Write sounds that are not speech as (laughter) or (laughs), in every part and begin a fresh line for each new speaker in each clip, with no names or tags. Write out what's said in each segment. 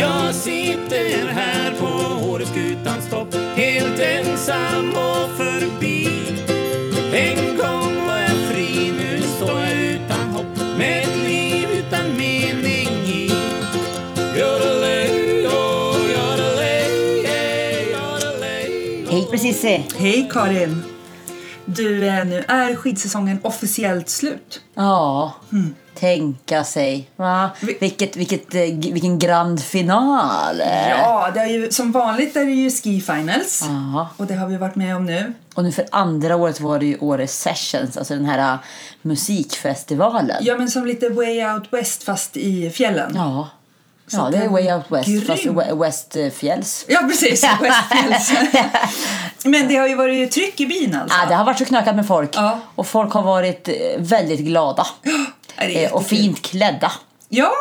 Jag sitter här på Åreskutans topp Helt ensam och förbi En gång var jag fri, nu står jag utan hopp Med ett liv utan mening i Yodelay, oh, yodelay, yeah, yodelay.
Hej på Cissi!
Hej Karin! Du, eh, nu är skidsäsongen officiellt slut.
Ja, tänka sig. Va?
Mm. Vi-
Vilket, vilket, eh, g- vilken grand final!
Ja, det är ju, som vanligt är det ju ski finals.
Ja.
Och det har vi varit med om nu.
Och nu för andra året var det ju Åre Sessions, alltså den här eh, musikfestivalen.
Ja, men som lite way out west fast i fjällen. Ja,
Ja,
Så
ja det är
den-
Way Out West,
grym.
fast we- eh, Westfjälls. (laughs)
precis. Westfjälls. men det har ju varit tryck i bin alltså.
Ja, det har varit så knökat med folk.
Ja.
Och folk har varit eh, väldigt glada.
Ja, det (gasps) är
Eh, och
jättekul.
fint klädda.
Ja,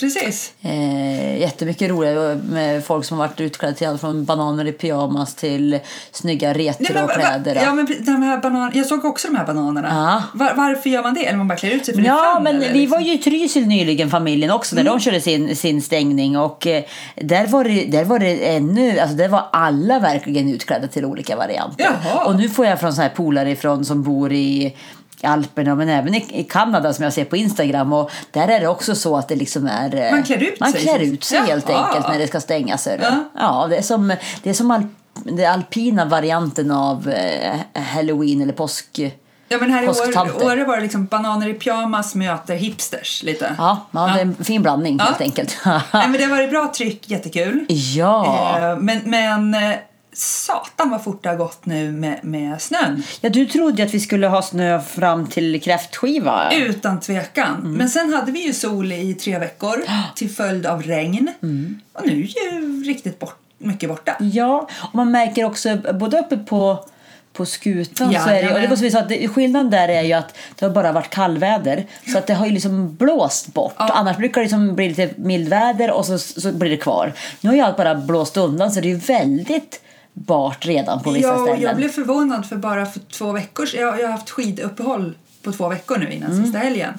precis.
Eh, jättemycket roliga med folk som har varit utklädda till allt från bananer i pyjamas till snygga
men, va- va-
retrokläder.
ja, men pre- de här banan, jag såg också de här bananerna.
Ja.
Var, varför gör man det? Eller man bara klär ut sig för det är
Ja,
fun,
men
eller
vi
liksom? Mm.
var ju i Trysil nyligen, familjen också, när de körde sin, sin stängning. Och eh, där var det, där var det ännu, alltså där var alla verkligen utklädda till olika varianter.
Jaha.
Och nu får jag från så här polare ifrån som bor i Alperna men även i, i Kanada som jag ser på Instagram och där är det också så att det liksom är eh,
Man klär ut
man
sig.
klär ut sig helt
Jaha.
enkelt när det ska stängas. hörru.
Ja.
Ja, det är som, det är som al, den alpina varianten av eh, halloween eller påsk.
Ja men här i
Påsktanter.
Åre- Åre var det liksom bananer i pyjamas möter hipsters lite.
Ja, ja, det är en fin blandning
Ja.
helt enkelt. (laughs)
Nej, men det har varit bra tryck, jättekul.
Ja.
Eh, Men, men eh, satan vad fort det har gått nu med, med snön.
ja, du trodde ju att vi skulle ha snö fram till kräftskiva.
Utan tvekan.
Mm.
Men sen hade vi ju sol i tre veckor till följd av regn.
Mm.
Och nu är ju riktigt bort, mycket borta.
Ja, och man märker också både uppe på på skutan
Ja,
så är det, och det
jajamän.
var som vi sa, att det- skillnaden där är ju att det har bara varit kallväder så att det har ju liksom blåst bort. Annars brukar det liksom bli lite mildväder och så, så blir det kvar. Nu har ju allt bara blåst undan så det är ju väldigt bart redan på vissa
Ja, och
ställen.
jag blev förvånad för bara för två veckor sedan- jag, jag har haft skiduppehåll på två veckor nu innan
Mm.
sista helgen.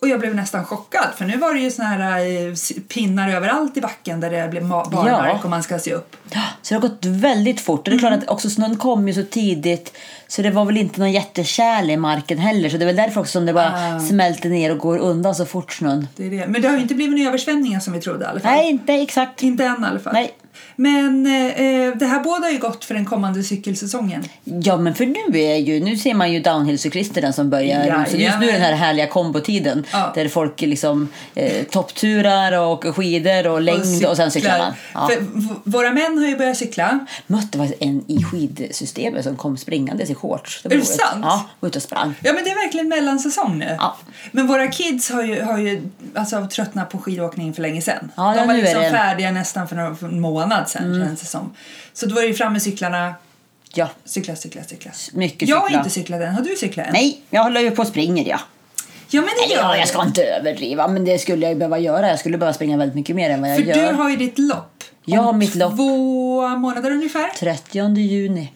Och jag blev nästan chockad för nu var det ju såna här eh, s- pinnar överallt i backen där det blev ma- barmark
Ja.
och man ska se upp.
Så det har gått väldigt fort. Och det är
Mm.
klart att också snön kom ju så tidigt så det var väl inte någon jättekärl i marken heller. Så det är väl därför också som det bara
Ah.
smälter ner och går undan så fort snön.
Det är det. Men det har ju inte blivit några översvämningar som vi trodde i alla fall.
Nej, inte exakt.
Inte än i alla fall.
Nej.
Men eh, eh, det här båda är ju gott för den kommande cykelsäsongen.
Ja, men för nu är ju, nu ser man ju downhillcyklisterna som börjar.
Ja,
så just nu är
ja.
den här härliga kombotiden
Ja.
där folk liksom eh, toppturar och skidor och längd och, sen cyklar man. Ja.
För v- våra män har ju börjat cykla.
Mötte faktiskt en i skidsystemet som kom springandes i shorts. Det
Är det
roligt.
sant?
Ja, var ute och sprang.
Ja men det är verkligen mellansäsong nu.
Ja.
Men våra kids har ju, har ju alltså, tröttnat på skidåkning för länge sedan.
Ja, ja,
De var
nu är
liksom
det- Mm.
färdiga nästan för några- för en månad sedan känns det som. Så då är det ju fram med cyklarna.
Ja,
Cykla, cykla, cykla.
mycket
Jag har
cykla.
inte cyklat än. Har du cyklat än?
Nej, jag håller ju på och springer ja.
Ja men det
Nej,
gör
ja, jag
du.
ska inte överdriva, men det skulle jag ju behöva göra. Jag skulle behöva springa väldigt mycket mer än vad jag
För
gör.
du har ju ditt lopp.
Ja,
om
mitt lopp.
två månader ungefär.
30 juni.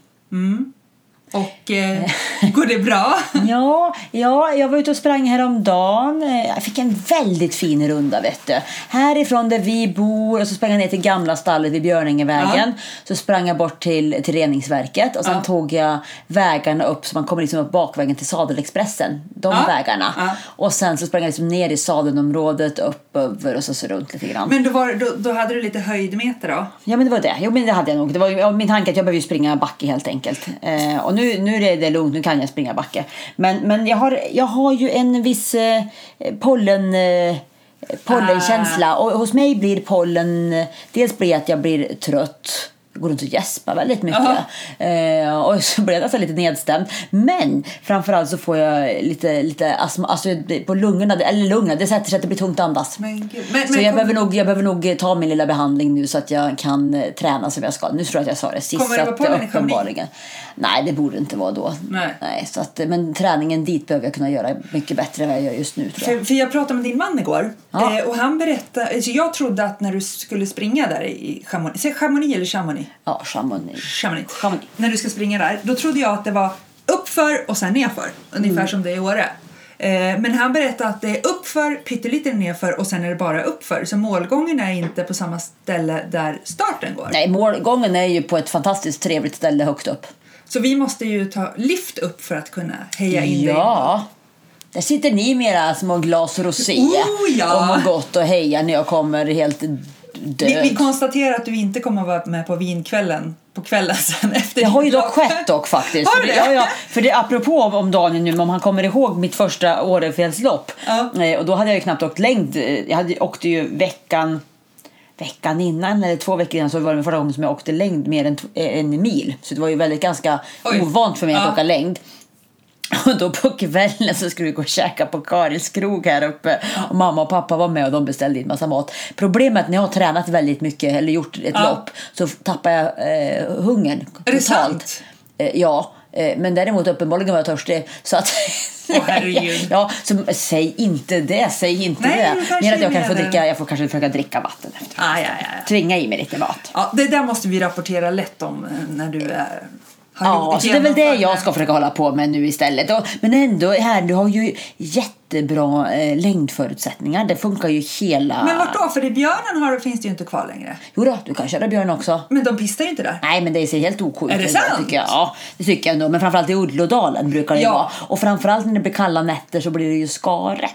Och eh, går det bra? (laughs)
Ja, ja, jag var ute och sprang häromdagen. Eh, Jag fick en väldigt fin runda. Vet du. Härifrån där vi bor, och så sprang jag ner till gamla stallet vid Björningevägen. Så sprang jag bort till, till reningsverket och sen
Ja.
tog jag vägarna upp så man kommer liksom upp bakvägen till Sadelexpressen. De
Ja.
vägarna.
Ja.
Och sen så sprang jag liksom ner i sadelområdet, upp över och så, så runt lite grann.
Men då, var, då, då hade du lite höjdmeter då?
Ja men det var det. Jo men det hade jag nog. Det var ju- ja, min tanke att jag behöver ju springa backe helt enkelt. Eh, och nu, nu är det- det är lugnt, nu kan jag springa backe. Men, men jag, har, jag har ju en viss eh, pollen... Eh, pollenkänsla. Och hos mig blir pollen... eh, Dels blir det att jag blir trött. Jag går runt och gäspar väldigt mycket. Eh, och så blir jag nästan lite nedstämd. Men framförallt så får jag lite, lite astma. Alltså det- på lungorna, eller lungorna, det sätter sig att det blir tungt att andas.
Men gud. Men,
Så
men
jag
kom-
behöver, nog, jag behöver nog ta min lilla behandling nu så att jag kan eh, träna som jag ska. Nu tror jag att jag sa det sist.
Kommer det
så att
vara pollen i
uppenbarligen. Nej, det borde inte vara då.
Nej.
så att, eh, men träningen dit behöver jag kunna göra mycket bättre än vad jag gör just nu tror jag.
För, för jag pratade med din man igår
Ja.
eh, och han berättade, alltså jag trodde att när du skulle springa där i Chamonix, säg Chamonix eller Chamonix?
Ja, Chamonix.
Chamonix.
Chamonix. Mm.
När du ska springa där, då trodde jag att det var uppför och sen nerför, ungefär som det är i Åre. Eh, men han berättade att det är uppför, pyttelite nerför och sen är det bara uppför. Så målgången är inte på samma ställe där starten går.
Nej, målgången är ju på ett fantastiskt trevligt ställe högt upp.
Så vi måste ju ta lift upp för att kunna heja in dig.
Ja. Där sitter ni med era små glas rosé
Oh, ja.
och mår gott och hejar när jag kommer helt
Vi,
död.
vi konstaterar att du inte kommer att vara med på vinkvällen på kvällen sen efter
Det har ju
din-
dock skett dock faktiskt.
Har
För
det?
Ja, ja, för det apropå om- om Daniel nu, men om han kommer ihåg mitt första Årefjällslopp.
Ja.
Eh, Och då hade jag ju knappt åkt längd. Eh, Jag hade, åkte ju veckan, veckan innan eller två veckor innan så var det första gången som jag åkte längd mer än t- eh, en mil. Så det var ju väldigt ganska
Oj.
ovant för mig att
Ja.
åka längd. (laughs) Och då på kvällen så skulle vi gå och käka på Karins krog här uppe. Och mamma och pappa var med och de beställde in massa mat. Problemet är att när jag har tränat väldigt mycket eller gjort ett
Ja.
lopp så tappar jag eh, hungern.
Är det
totalt.
sant?
Eh, ja, eh, men däremot uppenbarligen var jag törstig. Så att...
Åh, herregud.
(laughs) ja, så säg inte det, säg inte
Nej, men
det.
kanske
Mer att jag
det
kan få
är det.
dricka, jag får kanske försöka dricka vatten efter.
Ah, ja, ja, ja.
Tvinga i mig lite mat.
Ja, det där måste vi rapportera lätt om eh, när du är, har
Ja,
gjort-
så det är väl det
genomfört
jag ska försöka hålla på med nu istället. Och, men ändå, här, du har ju jättebra eh, längdförutsättningar. Det funkar ju hela...
Men vart då? För i björnen har, finns det ju inte kvar längre.
Jo då, du kan köra björn också.
Men de pistar ju inte där.
Nej, men det ser helt ok ut.
Är det
idag,
sant?
Tycker jag. Ja, det tycker jag ändå. Men framförallt i Uddlådalen brukar det
Ja.
vara. Och framförallt när det blir kalla nätter så blir det ju skare.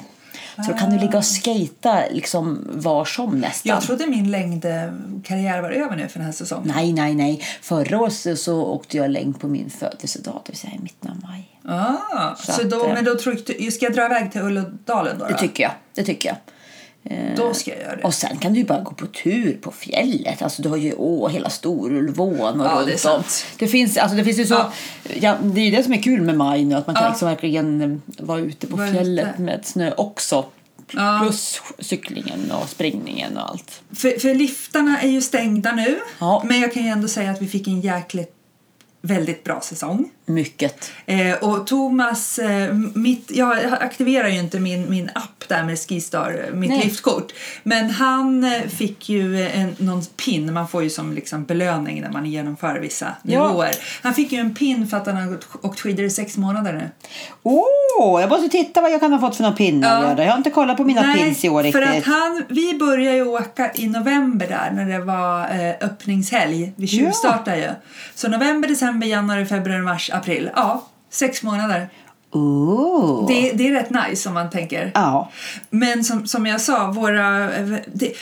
Så då kan du ligga och skejta liksom var som nästan.
Ah. Jag trodde min längdkarriär var över nu för den här säsongen.
Nej, nej, nej. Förra året så- så åkte jag längd på min födelsedag, det vill säga i mitten av maj.
Ah, så
att,
då,
eh,
men då tryckte, ska jag dra iväg till Ullådalen då?
Det
då?
tycker jag. Det tycker jag.
då ska jag göra det.
Och sen kan du ju bara gå på tur på fjället. Alltså du har ju å, hela Storulvån och
Ja, det är
runt om.
sant.
Det finns, alltså, det finns ju så... Ja.
Ja.
det är ju det som är kul med maj nu, att man kan
Ja.
liksom verkligen eh, vara ute på
Vara
fjället
ute.
med snö också.
Ja.
Plus cyklingen och springningen och allt.
För, för liftarna är ju stängda nu.
Ja.
Men jag kan ju ändå säga att vi fick en jäkligt väldigt bra säsong.
Mycket.
Eh, och Thomas, eh, mitt, jag aktiverar ju inte min, min app där med Skistar, eh, mitt
Nej.
liftkort. Men han eh, fick ju en, någon pin, man får ju som liksom belöning när man genomför vissa
Ja.
nivåer. Han fick ju en pin för att han har gått- åkt skidor i sex månader nu.
Åh, jag måste titta vad jag kan ha fått för några pinnar.
Ja.
Göran. Jag har inte kollat på mina pins i år
för
riktigt.
att han, vi började ju åka i november där när det var eh, öppningshelg. Vi tjuvstartade ju. Så november, december, januari, februari, mars, april. Ja, sex månader.
Åh.
Det, det är rätt nice om man tänker.
Ja.
Men som, som jag sa, våra... eh, Det,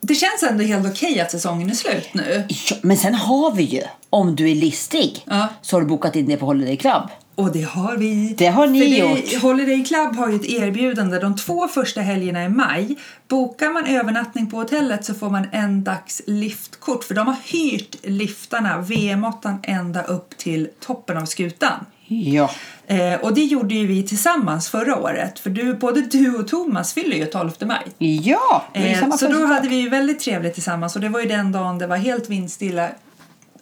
det känns ändå helt okej att säsongen är slut nu.
Ja, Men sen har vi ju, om du är listig,
Ja.
så har du bokat in dig på Holiday Club.
Och det har vi.
Det har ni
För
gjort.
Holiday Club har ju ett erbjudande. De två första helgerna i maj bokar man övernattning på hotellet så får man en dags liftkort. För de har hyrt liftarna, VM-8 ända upp till toppen av skutan.
Ja.
Eh, och det gjorde ju vi tillsammans förra året. För du, både du och Thomas fyller ju 12 maj.
Ja, det är ju
Eh,
samma
så då
födelsedag.
hade vi ju väldigt trevligt tillsammans och det var ju den dagen det var helt vindstilla,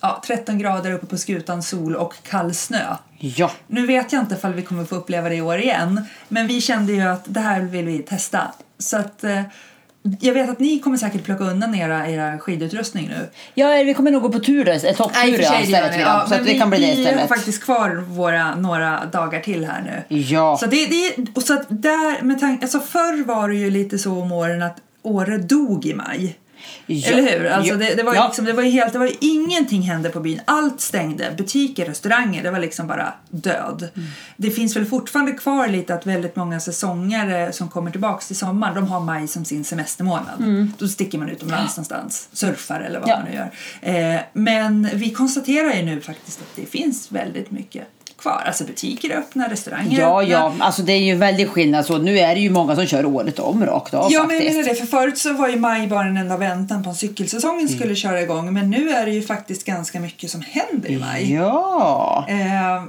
ja, 13 grader uppe på skutan, sol och kall snö.
Ja.
Nu vet jag inte ifall vi kommer få uppleva det i år igen, men vi kände ju att det här vill vi testa. Så att eh, jag vet att ni kommer säkert plocka undan era, era skidutrustning nu.
ja, vi kommer nog gå på tur, eh,
i och
topptur
för
ja,
sig, det gör
istället.
ni.
Ja, så
men
att det
vi-
kan bli det
Vi har
istället.
faktiskt kvar våra, några dagar till här nu.
Ja.
Så det, det, och så att där, med tanke, alltså förr var det ju lite så om åren att Åre dog i maj.
Ja.
Eller hur? Alltså
Ja.
det, det var ju
Ja.
liksom, det var ju helt, det var ju ingenting hände på byn. Allt stängde. Butiker, restauranger, det var liksom bara död.
Mm.
Det finns väl fortfarande kvar lite att väldigt många säsongare som kommer tillbaks till sommaren, de har maj som sin semestermånad. Då sticker man utomlands någonstans, surfar eller vad
Mm. Ja.
man nu gör. Eh, men vi konstaterar ju nu faktiskt att det finns väldigt mycket kvar. Alltså butiker är öppna, restauranger är
Ja,
öppna.
ja, alltså det är ju väldigt skillnad så. Nu är det ju många som kör året om rakt av
Ja, men jag
faktiskt.
menar det. För förut så var ju maj bara en enda väntan på att cykelsäsongen
Mm.
skulle köra igång. Men nu är det ju faktiskt ganska mycket som händer i maj.
Ja.
Eh,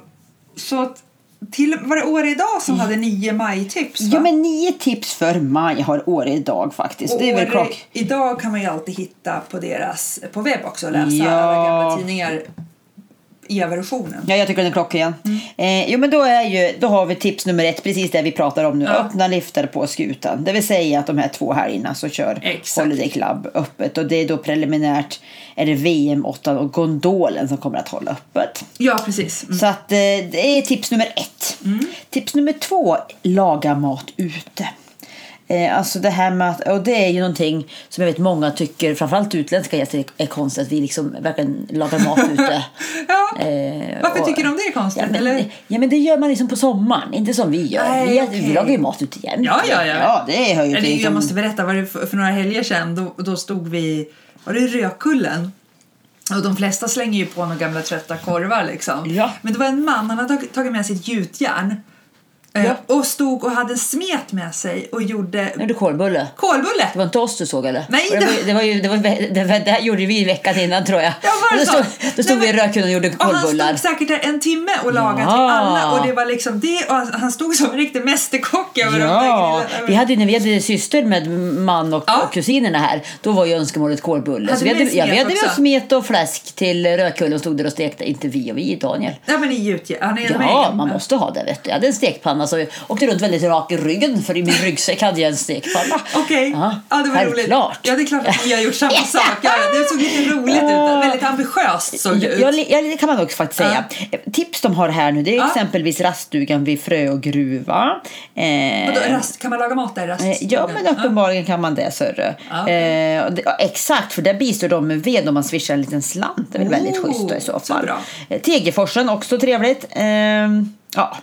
så att, till, var det Åre idag som hade nio majtips? va?
Mm. Ja, men nio tips för maj har Åre idag faktiskt.
Och
det är väl
Åre
klock.
Idag kan man ju alltid hitta på deras, på webb också och läsa
Ja.
alla gamla tidningar i versionen.
Ja, jag tycker den är klockren.
Mm.
Eh, jo, men då, är ju, då har vi tips nummer ett, precis det vi pratar om nu.
Ja.
Öppna liftar på skutan. Det vill säga att de här två helgerna så kör
Exakt.
Holiday Club öppet. Och det är då preliminärt är det VM 8 och gondolen som kommer att hålla öppet.
Ja, precis. Mm.
Så att eh, det är tips nummer ett. Tips nummer två, laga mat ute. Eh, Alltså det här med att, och det är ju någonting som jag vet många tycker, framförallt utländska gäster, är konstigt att vi liksom verkligen lagar mat
(laughs)
ute.
Ja.
Eh,
Varför
och-
tycker de det är konstigt?
Ja men,
eller?
ja men det gör man liksom på sommaren, inte som vi gör.
Nej,
vi, vi
okej.
lagar ju mat ute igen.
Ja, ja, ja.
ja det hör ju
Eller,
till.
jag
liksom-
måste berätta vad det för, för några helger sedan. Då, då stod vi, var det i Rökullen? Och de flesta slänger ju på några gamla trötta korvar liksom.
Ja.
Men det var en man, han hade tag- tagit med sitt gjutjärn. eh,
Ja.
Och stod och hade en smet med sig och gjorde
Nu är det kolbulle.
kolbulle.
Det var inte oss du såg eller?
Nej,
Och det, var, ju-
det-
det, var ju, det, var, det, var, det här gjorde vi veckan innan tror jag.
Ja, var det
då
så?
stod, då stod
Nej,
vi i
men-
rökhyllan och gjorde
Och han
kolbullar.
stod säkert där en timme och lagade till
Ja.
alla och det var liksom det och han, han stod som en riktig mästerkock över de
Ja,
där grillarna.
vi hade, ju- när vi hade syster med man och,
Ja.
och kusinerna här, då var ju önskemålet kolbulle.
Hade
Så vi
ni
hade, ja, vi
smet
hade
också?
med smet och fläsk till rökhyllan och stod där och stekte. Inte vi och vi, Daniel.
Ja men i gjutjärn, han är de
Ja,
egen.
man måste ha det vet du. Jag hade en stekpanna så jag åkte runt väldigt rak i ryggen för i min ryggsäck hade jag en stekpanna.
Okej,
Ja,
ja, det var
självklart.
roligt. Ja, det är klart att ni har
(laughs)
gjort samma sak. Ja, det såg lite roligt ut. Väldigt ambitiöst såg det ut.
Ja, li- ja, det kan man också faktiskt säga. Tips de har här nu det är
Ja.
exempelvis raststugan vid Frö och gruva. Eh,
Vadå, rast, kan man laga mat där i
eh, Ja,
raststugan?
men uppenbarligen kan man det, Sörre.
Ja.
Eh, och det- ja, exakt, för där bistår de med ved om man swishar en liten slant. Det är väl väldigt
Oh,
schysst då, i så
så
fall.
bra.
Eh, Tegelforsen, också trevligt. Ehm, ja.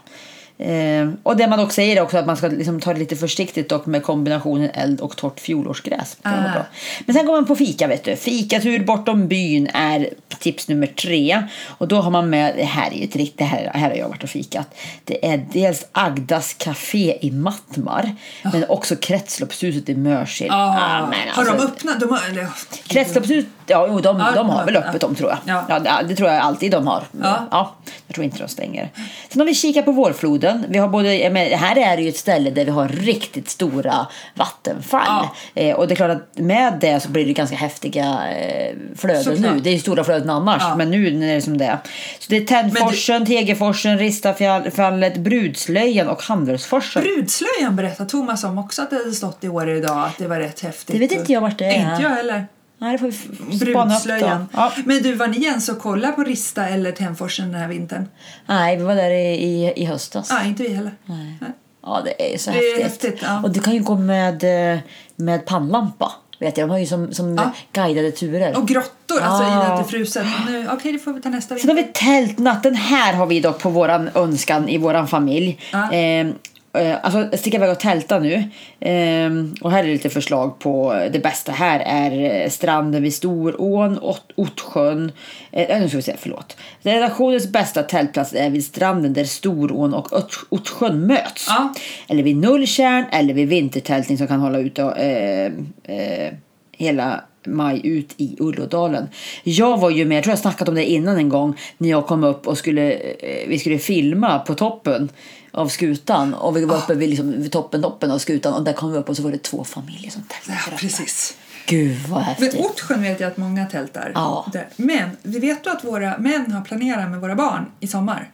Ehm, och det man också säger är också att man ska liksom ta det lite försiktigt dock med kombinationen eld och torrt fjolårsgräs. Det var
Ah.
bra. Men sen går man på fika vet du. Fikatur bortom byn är tips nummer tre. Och då har man med, det här är ju ett riktigt, det här, här har jag varit och fikat. Det är dels Agdas café i Mattmar. Men också kretsloppshuset i Mörsil.
Ja.
Ah, men
Ah. har de
alltså-
öppnat? De har, eller,
Kretsloppshus, ja jo, de,
Ja,
de har
ja,
väl öppet
ja.
de tror jag. Ja.
Ja.
det, det tror jag alltid de har.
Ja.
jag tror inte de stänger. Sen om vi kikar på vårfloden. Vi har både, jag menar, här är det ju ett ställe där vi har riktigt stora vattenfall. Eh, och det är klart att med det så blir det ganska häftiga eh, flöden
Såklart.
nu. Det är ju stora flöden annars,
Ja.
men nu är det som det är. Så det är Tändforsen, Tegeforsen, Ristafallet, Brudslöjan och Handelsforsen.
brudslöjan berättade Thomas om också att det hade stått i år idag att det var rätt häftigt.
Det vet inte jag vart det är.
Inte jag heller.
Nej, det får vi f- spana upp då.
Brudslöjan.
Ja.
Men du, var ni ens och kolla på Rista eller Tenforsen den här vintern?
Nej, vi var där i, i, i höstas.
Ja, inte vi heller. Nej.
Ja, det är så
Det är
häftigt.
häftigt, ja.
Och du kan ju gå med, eh, med pannlampa. Vet jag. De har ju som, som
Ja.
guidade turer.
Och grottor, alltså i
Ja.
det att det är fruset. Nu- Okej, det får vi ta nästa
Sen har
vinter.
vi tältnatt. Den här har vi dock på våran önskan i våran familj.
Ja.
Ehm, Eh, alltså sticka iväg och tälta nu. Ehm, och här är lite förslag på eh, det bästa. Här är eh, stranden vid Storån, Ott- Ottsjön. Eh, nu ska vi se, förlåt. Redaktionens bästa tältplats är vid stranden där Storån och Ott- Ottsjön möts.
Ja.
Eller vid Nulltjärn eller vid vintertältning som kan hålla ut eh, eh, hela maj ut i Ullådalen. Jag var ju med, jag tror jag snackat om det innan en gång, när jag kom upp och skulle, eh, vi skulle filma på toppen av skutan och vi var uppe vid, liksom, vid toppen, toppen av skutan och där kom vi upp och så var det två familjer som tältade.
Ja, precis.
Gud vad
Men
häftigt.
Ortsjön vet jag att många tältar.
Typ. Ja.
där. Men vi vet du att våra män har planerat med våra barn i sommar?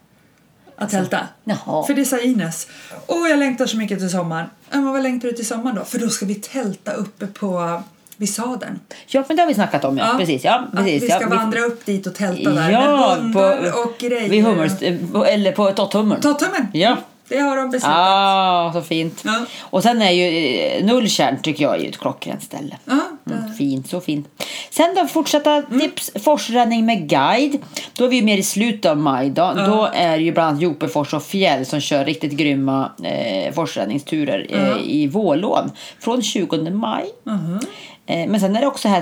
Att tälta.
Alltså, Jaha.
För det sa Ines. Åh, jag längtar så mycket till sommaren. Ja, Men vad längtar du till sommaren då? För då ska vi tälta uppe på vid Sadern.
Ja men det har vi snackat om ja. Precis, ja,
Att
precis,
vi ska
ja,
vandra upp dit och tälta där
ja,
med hundar och grejer.
Vid hummer, eller på Totthummern.
Tottummen!
Ja.
Det har de beslutat.
Ja, ah, så fint.
Ja.
Och sen är ju eh, Nulltjärn tycker jag är ju ett klockrent ställe.
Ja, Mm.
Mm, fint, så fint. Sen då fortsatta tips. Forsränning med guide. Då är vi ju mer i slutet av maj. Då, då är ju bland annat Jopefors och Fjäll som kör riktigt grymma eh, forsränningsturer eh, i Vålån från 20 maj.
Mhm.
Eh, Men sen är det också här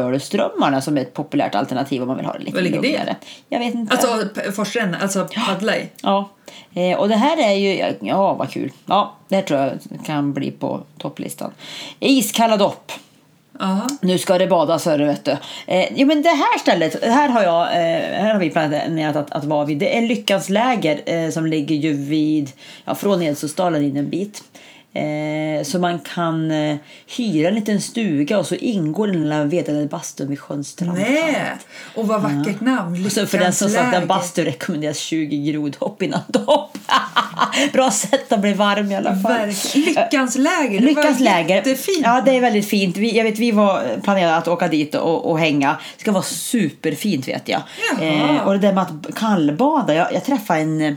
Tångböleströmmarna som är ett populärt alternativ om man vill ha det lite
Vad ligger det?
lugnare. Jag vet inte.
Alltså p- forsränna, alltså paddla i.
Ja, eh, och det här är ju, ja vad kul. Ja, det här tror jag kan bli på topplistan. Iskalla dopp.
Jaha.
Nu ska det badas hörru vet du. Eh, jo men det här stället, här har, jag, eh, här har vi planerat att, att vara vid. Det är Lyckans läger eh, som ligger ju vid, ja från Edsåsdalen in en bit. Eh, så man kan eh, hyra en liten stuga och så ingår den lilla vedade bastun vid sjöns strand.
Nej! Och vad vackert namn!
Och så för den som sagt att
Lyckans läger.
bastu rekommenderas 20 grodhopp innan dopp. (laughs) Bra sätt att bli varm i alla fall.
Verkligen. Eh, Lyckans läger. Det
Lyckans
var
läger.
Jättefint.
Ja, det är väldigt fint. Vi, jag vet, vi var planerade att åka dit och, och hänga. Det ska vara superfint vet jag.
Jaha.
och det där med att kallbada. Jag, jag träffade en eh,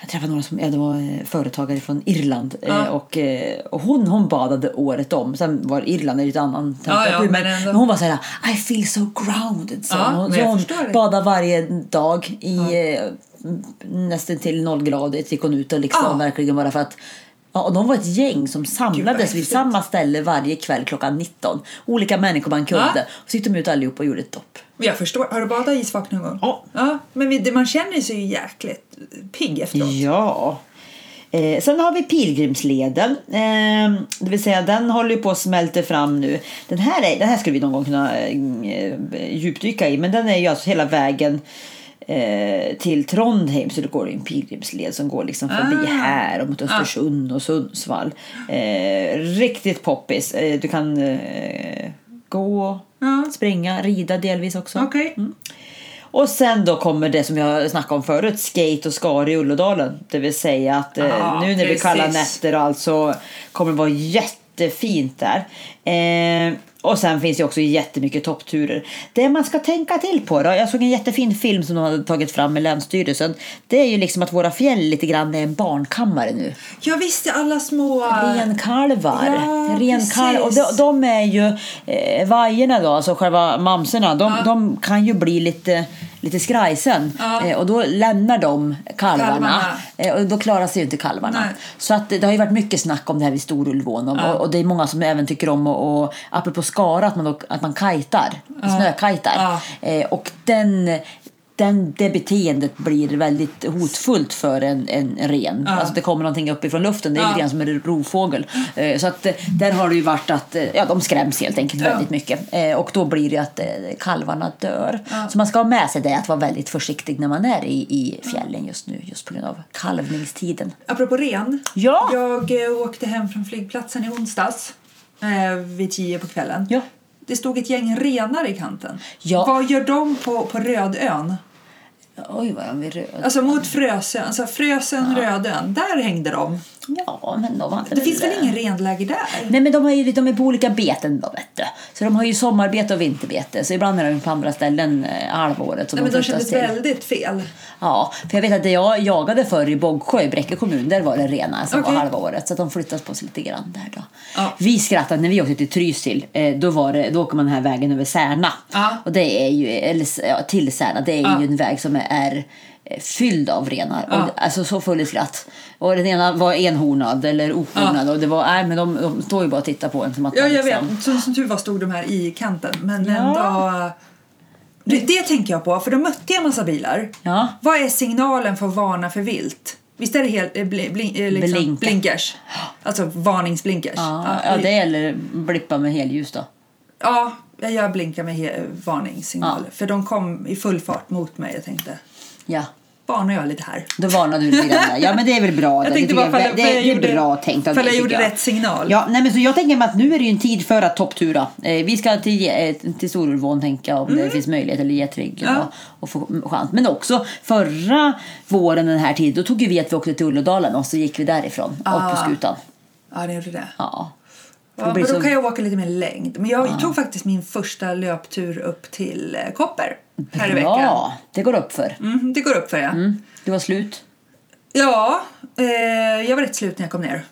Jag träffade några som ja, det var eh, företagare från Irland eh, och, eh, och hon, hon badade året om. Sen var Irland i lite annan temperatur.
ja,
men,
men
men,
ändå.
hon var så här I feel so grounded. sa
Ja,
hon.
men
Så
jag
hon
förstår det.
badade varje dag i eh, nästan till nollgradigt gick hon ut och liksom
Ja.
verkligen bara för att Ja, och de var ett gäng som samlades vid
häftigt.
samma ställe varje kväll klockan 19. Olika människor man kunde.
Ja.
Och så gick de ut allihop och gjorde ett dopp.
Men Jag förstår. Har du badat i isvak någon gång?
Ja.
ja men vi- det- man känner sig ju jäkligt pigg efteråt.
Ja. Eh, sen har vi Pilgrimsleden. Eh, det vill säga den håller ju på att smälta fram nu. Den här, är, den här skulle vi någon gång kunna eh, djupdyka i. Men den är ju alltså hela vägen eh, till Trondheim. Så det går ju en pilgrimsled som går liksom förbi
Ah.
här och mot Östersund och Sundsvall. Eh, riktigt poppis. Eh, du kan eh, gå,
Ja.
springa, rida delvis också.
Okej.
Mm. Och sen då kommer det som jag snackade om förut, skate och skar i Ullådalen. Det vill säga att eh,
Ja,
nu när vi
precis.
kallar nätter och allt så kommer det vara jättefint där. Eh, och sen finns det också jättemycket toppturer. Det man ska tänka till på då, jag såg en jättefin film som de hade tagit fram med Länsstyrelsen. Det är ju liksom att våra fjäll lite grann är en barnkammare nu.
Jag visste alla små...
Renkalvar.
Ja,
Renkalv, och de,
precis.
de är ju eh, vajerna då, alltså själva mamserna, de, de kan ju bli lite, lite skrajsen.
Ja.
Eh, och då lämnar de kalvarna.
Kalvarna.
Eh, och då klarar sig ju inte kalvarna.
Nej.
Så att, det har ju varit mycket snack om det här vid Storulvån. Och, och, och det är många som även tycker om att, och, apropå Skara, att man, då, att man kajtar. Snökajtar.
Ja.
Eh, och den... Den, det beteendet blir väldigt hotfullt för en, en ren. Alltså det kommer någonting uppifrån luften. Det är
Ja.
lite grann som en rovfågel. Eh, Så att eh, där har det ju varit att eh, ja, de skräms helt enkelt
Ja.
väldigt mycket. Eh, Och då blir det ju att eh, kalvarna dör. Så man ska ha med sig det att vara väldigt försiktig när man är i, i fjällen just nu. Just på grund av kalvningstiden.
Apropå ren.
Ja.
Jag eh, åkte hem från flygplatsen i onsdags eh, vid tio på kvällen.
Ja.
Det stod ett gäng renar i kanten.
Ja.
Vad gör de på, på Rödön?
Oj, vad de är röda.
Alltså mot Frösön. Alltså Frösön, Rödön. Där hängde de.
Ja, men de hade
Det finns väl
eh,
ingen renläger där?
Nej men de, har ju, de är på olika beten då vet du. Så de har ju sommarbete och vinterbete. Så ibland är de på andra ställen eh, halvåret. Så
Nej, men de
flyttas
kändes
till.
väldigt fel.
Ja, för jag vet att det jag jagade förr i Bågsjö i Bräcke kommun, där var det rena som
Okej.
var halva året. Så att de flyttas på sig lite grann där då.
Ja.
Vi skrattade när vi åkte till Trysil. eh, Då, var det, då åker man den här vägen över Särna.
Ja.
Och det är ju, eller ja, till Särna, det är
Ja.
ju en väg som är, är eh, fylld av renar.
Ja.
Och, alltså så full i skratt. Och den ena var enhornad eller ohornad. Och det var, nej men de, de står ju bara och tittar på en som att
Ja,
man
jag
liksom,
vet. Som, som tur var stod de här i kanten. Men
Ja.
ändå... Det, det tänker jag på, för då mötte jag en massa bilar.
Ja.
Vad är signalen för att varna för vilt? Visst är det helt, eh, bli, bli, eh, liksom
Blinka.
blinkers? Alltså varningsblinkers.
Ja, ja, det gäller blippa med helljus då.
ja, jag blinkar med he- varningssignal. För de kom i full fart mot mig. Jag tänkte,
Ja.
varnar jag lite här.
Då varnade du lite grann där. Ja men det är väl bra. det.
Jag tänkte
Det
bara
tycker
ifall jag-
det,
ifall
det,
jag
är
gjorde-
bra tänkt av
ifall
dig,
jag
tycker
gjorde rätt signal.
Ja, nej, men så jag tänker mig att nu är det ju en tid för att topptura. Eh, vi ska till, eh, till Storulvån tänka om det finns möjlighet eller Getryggen
Mm. Ja.
och, och få chans. Men också förra våren den här tiden då tog ju vi att vi åkte till Ullådalen och så gick vi därifrån och på
Ah.
skutan.
Ja, det gjorde det.
Ja.
Ja,
Det
men
blir
då
så-
kan jag åka lite mer längd. Men jag tog faktiskt min första löptur upp till eh, Kopper här i veckan.
Bra, det går upp för.
Mm, det går upp för jag.
Du var slut.
Ja, eh, jag var rätt slut när jag kom ner.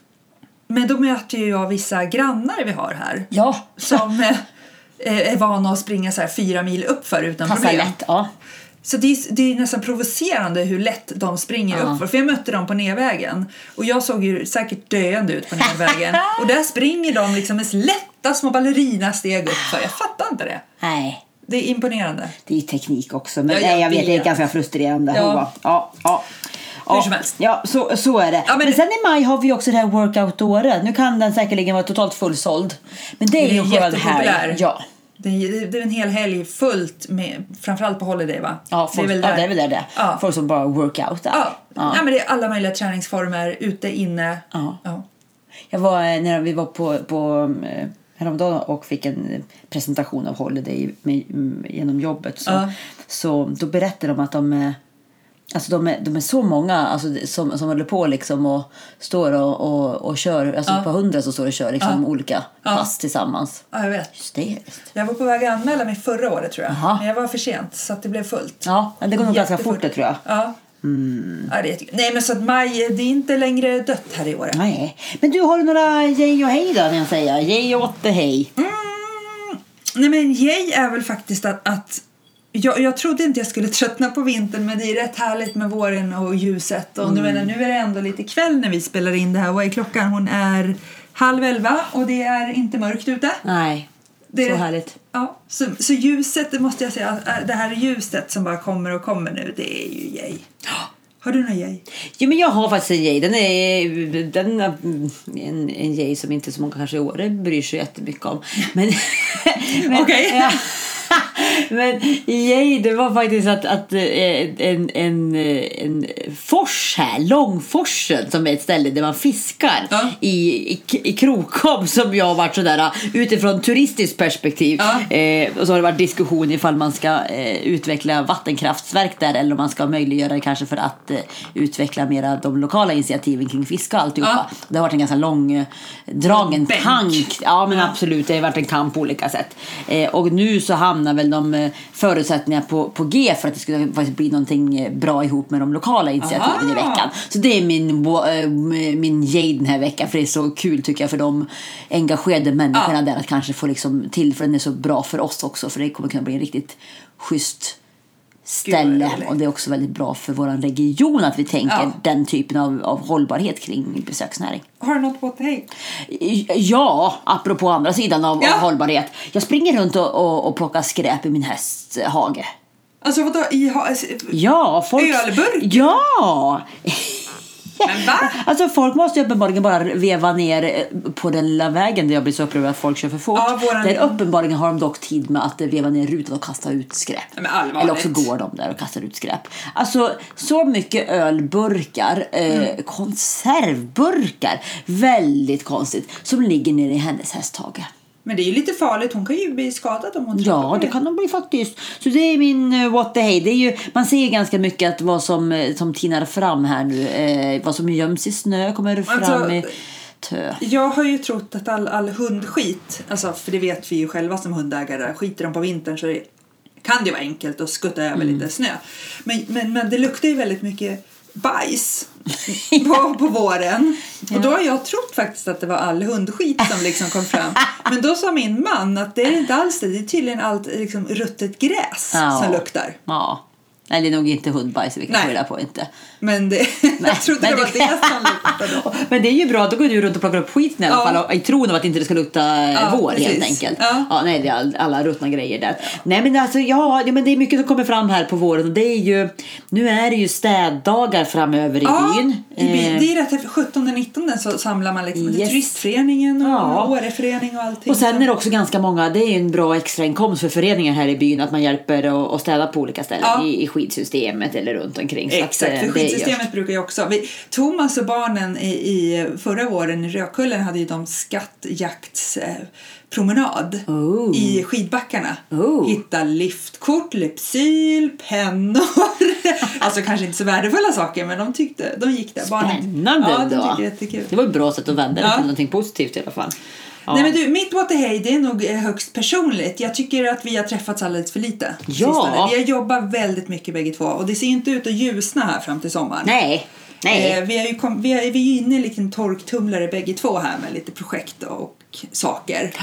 Men då möter ju jag vissa grannar vi har här.
Ja,
Som eh, eh, är vana att springa så här fyra mil upp för utan
passar
problem.
lätt. Ja.
Så det är, det är nästan provocerande hur lätt de springer
Ja.
upp för. För jag mötte dem på nedvägen och jag såg ju säkert döende ut
(laughs)
på nedvägen. och där springer de liksom med lätta små ballerinasteg upp för. Jag fattar inte det.
Nej.
Det är imponerande.
Det är ju teknik också, men
Ja, jag
nej, jag vet, det är
vet.
ganska frustrerande.
Ja.
Ja. Ja, ja.
Hur
Ja,
som helst.
Ja, så, så är det.
Ja,
men,
men-
sen i maj har vi också det här workout-året. Nu kan den säkerligen vara totalt fullsåld. Men det är ju en skön helg. Ja.
Det är, det är en hel helg fullt med, framförallt på Holiday va?
Ja, folk, det är väl där. Ja, det är väl där det.
Ja.
Folk som bara workoutar.
Ja.
Ja.
Nej, men det är alla möjliga träningsformer, ute, inne.
Ja.
Ja.
Jag var, eh, när vi var på, på eh, häromdagen och fick en eh, presentation av Holiday med, mm, genom jobbet. Så,
Ja.
så då berättade de att de är Alltså de, är, de är så många alltså, det- som, som håller på liksom och står och, och, och kör, alltså ett par hundra som står och kör liksom olika
Ja.
pass tillsammans.
ja, jag vet.
Hysteriskt.
Jag var på väg att anmäla mig förra året tror jag.
Jaha.
Men jag var för sent så att det blev fullt.
Ja, men det går nog ganska
Jättefort.
fort det tror jag. Mm.
Ja. Ja, det är ett, nej, men så att maj, det är inte längre dött här i år.
Nej. Men du, har du några jej och hej då? vill Jag säga? Jej och åtte hej.
Mm. Nej, men jag är väl faktiskt att, att jag, jag trodde inte jag skulle (laughs) tröttna på vintern men det är rätt härligt med våren och ljuset. Och
Mm.
nu, menar, nu är det ändå lite kväll när vi spelar in det här. Vad är klockan? Hon är halv elva och det är inte mörkt ute.
Nej,
Det är
så
rätt-
härligt.
Ja, så, så ljuset, det måste jag säga, äh, det här ljuset som bara kommer och kommer nu, det är ju jej. (gasps) Har du något jej?
Jo, men jag har faktiskt en jej. Den är den, är en, en jej som inte så många kanske i Åre bryr sig jättemycket om. Men, men,
Okej.
(laughs) ja. (laughs) men jej, det var faktiskt att, att eh, en, en, eh, en fors här, Långforsen, som är ett ställe där man fiskar
Ja.
i, i, i Krokom som jag har varit sådär eh, utifrån turistiskt perspektiv.
Ja.
Eh, och så har det varit diskussion ifall man ska eh, utveckla vattenkraftverk där eller om man ska möjliggöra det kanske för att eh, utveckla mera de lokala initiativen kring fiske och alltihopa.
Ja.
Det har varit en ganska lång eh, dragen
Bänk.
tank. Ja men
Ja.
absolut, det har varit en kamp på olika sätt. Eh, och nu så hamnar väl de eh, förutsättningarna på, på G för att det skulle faktiskt bli någonting eh, bra ihop med de lokala initiativen i
Aha.
veckan. Så det är min, bo- eh, min grej den här veckan för det är så kul tycker jag för de engagerade människorna där att kanske få liksom till för den är så bra för oss också för det kommer kunna bli en riktigt schysst
Gud,
ställe
vad roligt.
och det är också väldigt bra för vår region att vi tänker
Ja.
den typen av, av hållbarhet kring besöksnäring.
Har du något på dig?
Ja, apropå andra sidan av,
Ja.
av hållbarhet. Jag springer runt och, och, och plockar skräp i min hästhage.
Alltså vadå? I, ha,
Ja, folk...
Ölburk?
Ja!
men va?
Alltså folk måste ju uppenbarligen bara veva ner eh, på den lilla vägen där jag blir så upprörd att folk kör för fort.
Ja, våran-
Där uppenbarligen har de dock tid med att eh, veva ner rutan och kasta ut skräp.
Ja, men allvarligt.
Eller också går de där och kastar ut skräp. Alltså så mycket ölburkar, eh,
Mm.
konservburkar, väldigt konstigt, som ligger nere i hennes hästhage.
Men det är ju lite farligt, hon kan ju bli skadad om hon trampar på
Ja, det kan de bli faktiskt. Så det är min eh, what the hey. Det är ju, man ser ju ganska mycket att vad som, eh, som tinar fram här nu. Eh, vad som göms i snö kommer fram
Alltså-
i tö.
Jag har ju trott att all, all hundskit, alltså, för det vet vi ju själva som hundägare, skiter de på vintern så är det, kan det vara enkelt att skutta över lite snö. Men, men, men det luktar ju väldigt mycket bajs på, på våren. Och då har jag trott faktiskt att det var all hundskit som liksom kom fram. Men då sa min man att det är inte alls det, det är tydligen allt liksom, ruttet gräs
Ja.
som luktar.
Ja. Nej, det är nog inte hundbajs vi kan
Nej.
skylla på inte.
Men det, (laughs) jag trodde
men
det var
det-
det som luktade.
Men det är ju bra, då går du runt och plockar upp skiten i alla
Ja.
fall i tron av att inte det ska lukta eh,
Ja,
vår helt
precis.
enkelt.
Ja.
nej, det är all, alla ruttna grejer där. Nej, men alltså ja, ja, men det är mycket som kommer fram här på våren och det är ju, nu är det ju städdagar framöver i byn.
i byn.
Eh,
Det är rätt häftigt. 17 och 19 så samlar man liksom
Yes.
yes. turistföreningen och
Ja.
Åreförening och allting.
Och sen är det också ganska många, det är ju en bra extrainkomst för föreningar här i byn att man hjälper och, och städa på olika ställen
Ja.
i, i skidsystemet eller runt omkring. Så
Exakt,
eh,
för
det görs.
skidsystemet brukar jag också. Vi, Thomas och barnen i, i förra våren i Rökullen hade ju de skattjaktspromenad eh,
Oh.
i skidbackarna.
Oh.
Hitta liftkort, lypsyl, pennor. (laughs) alltså kanske inte så värdefulla saker men de tyckte, de gick där. Barnen-
Spännande
ja, de
då.
tyckte det var jättekul.
Det var ett bra sätt att vända det
Ja.
till någonting positivt i alla fall. Ja.
Nej men du, mitt what the hey, det är nog eh, högst personligt. Jag tycker att vi har träffats alldeles för lite. på
Ja.
sistone. Vi har jobbat väldigt mycket bägge två och det ser ju inte ut att ljusna här fram till sommaren.
nej. nej.
Eh, vi, är ju kom, vi, är, vi är ju inne i en liten torktumlare bägge två här med lite projekt och saker.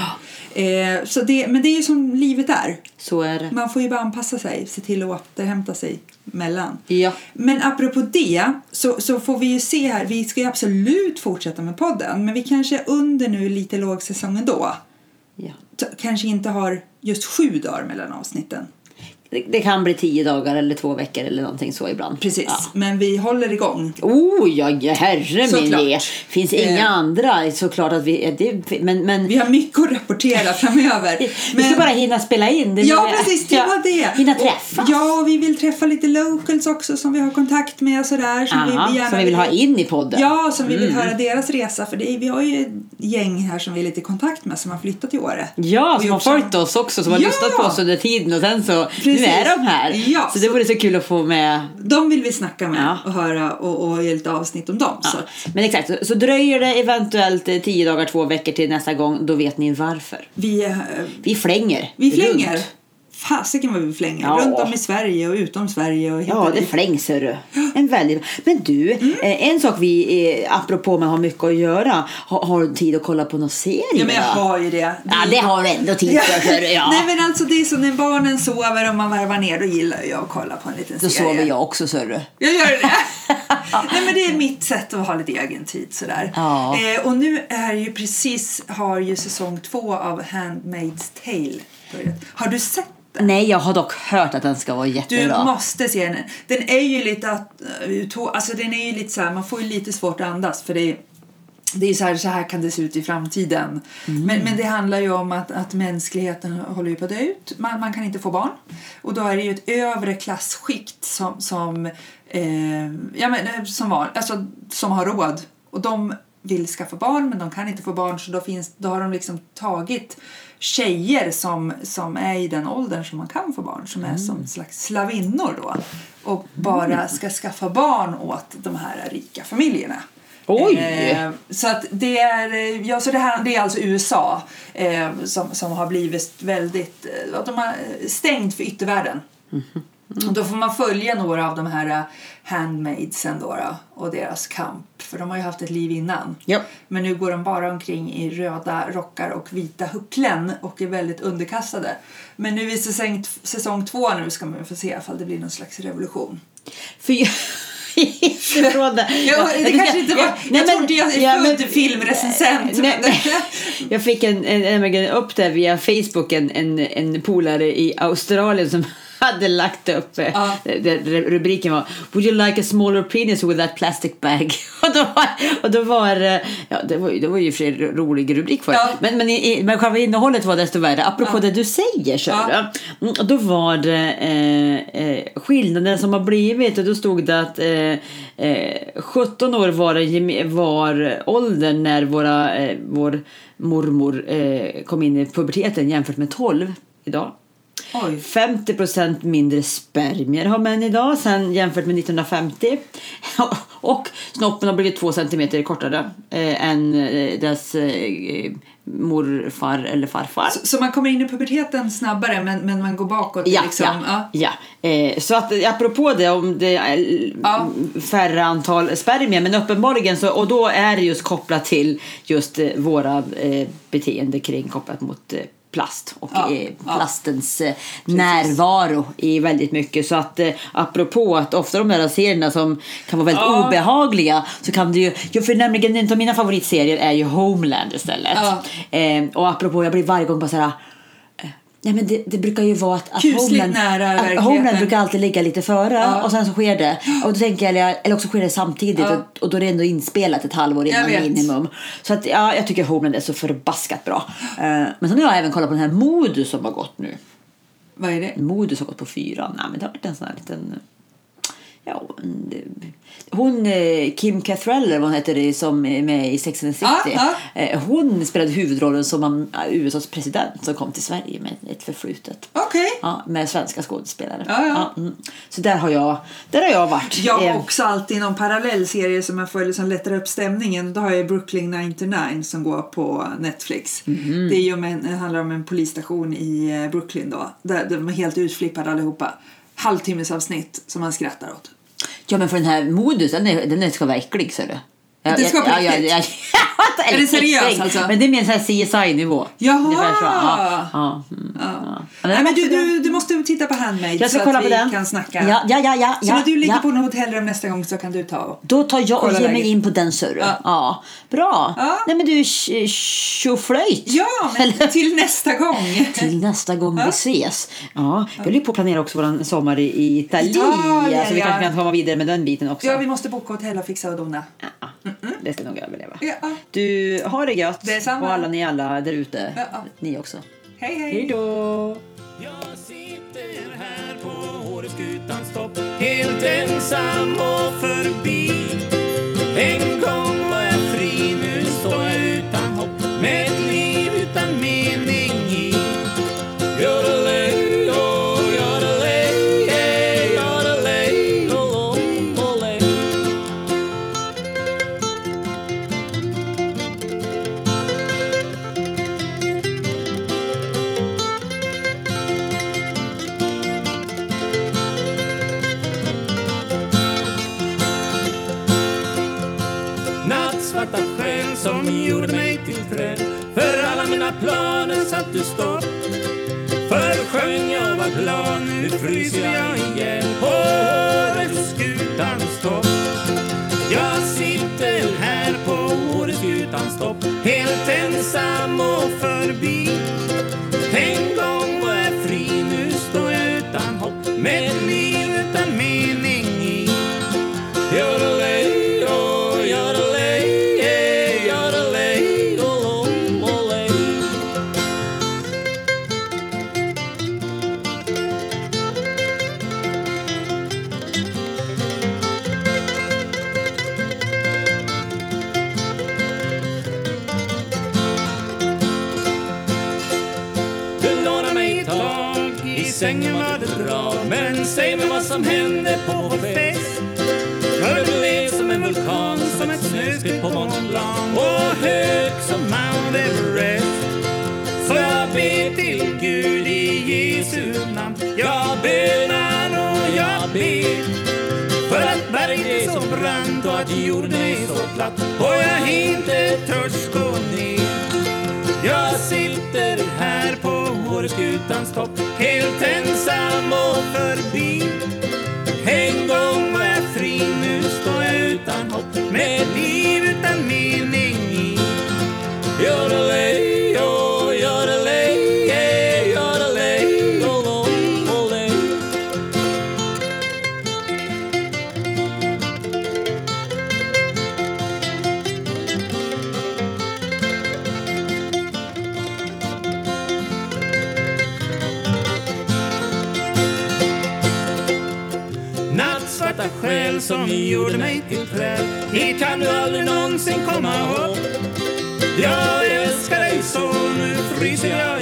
Eh, så det, men det är ju som livet är.
Så är det.
Man får ju bara anpassa sig, se till att återhämta sig mellan.
Ja.
Men apropå det så, så får vi ju se här, vi ska ju absolut fortsätta med podden men vi kanske under nu lite lågsäsongen då
Ja.
t- kanske inte har just sju dagar mellan avsnitten.
Det, det kan bli tio dagar eller två veckor eller någonting så ibland.
Precis,
Ja.
men vi håller igång.
Oh ja, ja, herre min
Såklart.
ge. Finns inga
Eh.
andra såklart att vi... eh, Det, men, men,
Vi har mycket
(laughs)
att rapportera framöver.
vi ska
Men-
bara hinna spela in. Det är
Ja,
det.
precis. Det
Ja.
var det.
Hinna
Och-
träffas.
Ja, och vi vill träffa lite locals också som vi har kontakt med och sådär. Som
Aha,
vi gärna
som vi vill ha in Mm. i podden.
Ja, som vi vill höra deras resa. För det är, vi har ju ett gäng här som vi är lite i kontakt med som har flyttat i Åre.
Ja,
Och
som har
gjort samma-
följt oss också, som har
Ja!
lyssnat på oss under tiden och sen så, nu
Precis.
är de här.
Ja,
så det vore så kul att få med.
De vill vi snacka med
Ja.
och höra och, och göra lite avsnitt om dem.
Ja.
Så.
Men exakt, så, så dröjer det eventuellt eh, tio dagar, två veckor till nästa gång, då vet ni varför.
Vi, eh,
Vi flänger.
vi flänger.
runt.
Fasiken vad vi flänger.
Ja.
Runt om i Sverige och utom Sverige. Och hit
Ja,
och
det
dit.
flängs hörru. En väldigt... Men du,
Mm.
eh, en sak vi, eh, apropå med har mycket att göra, har, har du tid att kolla på någon serie?
Ja, men jag
då?
har ju det.
Ja, det har du ändå tid
Ja.
för.
(laughs)
hörru, Ja.
Nej men alltså det är så när barnen sover och man varvar ner då gillar jag att kolla på en liten
Då
serie.
sover jag också sörru.
Jag gör
(laughs)
det. Nej men det är mitt sätt att ha lite egen tid sådär.
Ja.
Eh, och nu är ju precis, har ju säsong två av Handmaid's Tale börjat. Har du sett den?
Nej, jag har dock hört att den ska vara
Du
jättebra.
måste se den. Den är ju lite att, eh, to- alltså den är ju lite så här, man får ju lite svårt att andas för det är det är så här, så här kan det se ut i framtiden. Men, men det handlar ju om att, att mänskligheten håller ju på att dö ut. Man, man kan inte få barn. Och då är det ju ett övre klassskikt som, som, eh, ja, men, eh, som, var, alltså, som har råd. Och de vill skaffa barn men de kan inte få barn så då, finns, då har de liksom tagit tjejer som, som är i den åldern som man kan få barn, som är som slags slavinnor då och bara ska skaffa barn åt de här rika familjerna.
Oj!
Eh, så att det är, eh, ja, så det här, det är alltså USA eh, som, som har blivit väldigt, eh, att de har eh, stängt för yttervärlden. Och då får man följa några av de här eh, handmaidsen då, då, och deras kamp, för de har ju haft ett liv innan.
Ja.
Men nu går de bara omkring i röda rockar och vita hucklen och är väldigt underkastade. Men nu i säsong, säsong två nu ska man få se ifall det blir någon slags revolution.
För jag... Från det.
(laughs) Ja, det kanske inte var- jag trodde jag är född filmrecensent,
Nej,
men-
nej. jag fick en, en, nämligen upp där via Facebook en, en, en polare i Australien som (laughs) hade lagt upp eh,
Ja.
det- det- rubriken var Would you like a smaller penis with that plastic bag? (laughs) Och då var, och då var eh, ja, det var, ju- det var ju i och för sig en rolig rubrik för det.
Ja.
Men, men, i, i- men själva innehållet var desto värre. Apropå det du säger så
Ja.
Ja. Mm, och då var det eh, eh, skillnaden som har blivit och då stod det att eh, eh, 17 år var, det geme- var åldern när våra, eh, vår mormor eh, kom in i puberteten jämfört med 12 idag.
Oj.
50 procent mindre spermier har män idag sen jämfört med 1950. (laughs) Och snoppen har blivit två centimeter kortare eh, än eh, dess eh, morfar eller farfar.
Så, så man kommer in i puberteten snabbare men, men man går bakåt?
Ja,
liksom.
ja, ja. Eh, så att eh, apropå det om det är l-
Ja.
färre antal spermier, men uppenbarligen så, och då är det just kopplat till just eh, våra eh, beteende kring kopplat mot eh, plast och
Ja,
eh,
ja.
plastens eh, närvaro i väldigt mycket. Så att eh, apropå att ofta de där serierna som kan vara väldigt
Ja.
obehagliga så kan det ju, jo, för nämligen en av mina favoritserier är ju Homeland istället.
Ja.
Eh, och apropå, jag blir varje gång bara så här eh, Nej, men det, det brukar ju vara att, att
Kusligt
Homeland,
nära
att
verkligheten.
Homeland brukar alltid ligga lite före
Ja.
och sen så sker det. Och då tänker jag, eller också sker det samtidigt
Ja.
och, och då är det ändå inspelat ett halvår
Jag
innan
vet.
minimum. Så att, ja, jag tycker Homeland är så förbaskat bra. Eh, men sen har jag även kollat på den här Modus som har gått nu.
Vad är det?
Modus har gått på fyran. Nej, men det har varit en sån här liten... Ja, en, hon, eh, Kim Cattrall, eller vad hon heter, det, som är med i Sex and the City.
Ja,
eh, Hon spelade huvudrollen som en- USAs president som kom till Sverige med ett förflutet.
Okej.
Ja, med svenska skådespelare.
Ja, ja.
mm. Så där har jag, där har jag varit.
Jag har
Eh,
också alltid någon parallell serie som jag följer som lättar upp stämningen. Då har jag Brooklyn 99 som går på Netflix.
Mhm.
Det, är ju om en, det handlar om en polisstation i eh, Brooklyn då. Där de är helt utflippade allihopa. Halvtimmesavsnitt som man skrattar åt.
Ja, men för den här Modus, den är, den är ska vara äcklig, ser du. Ja,
Den ska
ja,
vara
ja,
äcklig?
ja, ja. (laughs)
Är den seriös,
Äcklig.
alltså?
Men det är mer en sån här CSI-nivå.
Jaha!
Ungefär så. Ja, ja, mm, ja.
Nej, men du, du, du måste titta på Handmaid
Jag ska
så
kolla
att
på
vi
den.
kan snacka.
Ja, ja, ja, ja,
så
ja,
när du ligger
ja.
på något hotellrum nästa gång så kan du ta och...
Då tar jag och
Kolla
ger mig
läget.
in på den surren. Ja.
Ja.
Bra.
Ja.
Nej men du, tj- tjoflöjt.
Ja, men till nästa
(laughs)
gång!
Till nästa gång vi ses. Ja, jag håller ju på att planera också våran sommar i Italien.
Italien,
så vi
ja.
kanske kan komma vidare med den biten också.
Ja, vi måste boka hotell och fixa och dona.
Ja, Det ska nog överleva.
Ja.
Du, har det gött.
Detsamma.
Och alla ni alla där ute.
Ja.
Ni också.
Hej,
Hej då!
Jag sitter här på Åreskutans topp Helt ensam och förbi En gång var jag fri, nu står jag utan hopp Med ett liv utan mening i Yodelej, oh, yodelej, yeah, yodelej, oh, oh, olej. satte stopp. För sjöng jag var glad, nu fryser jag igen på årets skutans topp. Jag sitter här på årets skutans topp, helt ensam och förbi. En gång var jag fri, nu står jag utan hopp, med ett liv utan mening i. Yodelay, oh, yodelay, yeah, yodelay, oh, oh, olay. Du lånar mig ett tag, i sängen var det bra Men säg mig vad som hände på vår fest För du blev som en vulkan, som ett snöskred på Mont Blanc Och hög som Mount Everest Så jag ber till Gud i Jesu namn Jag bönar och jag ber för att berget är så brant och att jorden är så platt och jag inte törs gå ner jag sitter här på Åreskutans topp helt ensam och förbi. En gång var jag fri, nu står jag utan hopp med ett liv utan mening i. Yodelay, oh, yodelay, yeah, yodelay, oh, oh, olay. Nattsvarta själ som gjorde mig till träd Hit kan du aldrig någonsin komma upp Jag älskar dig så, nu fryser jag oh, oh,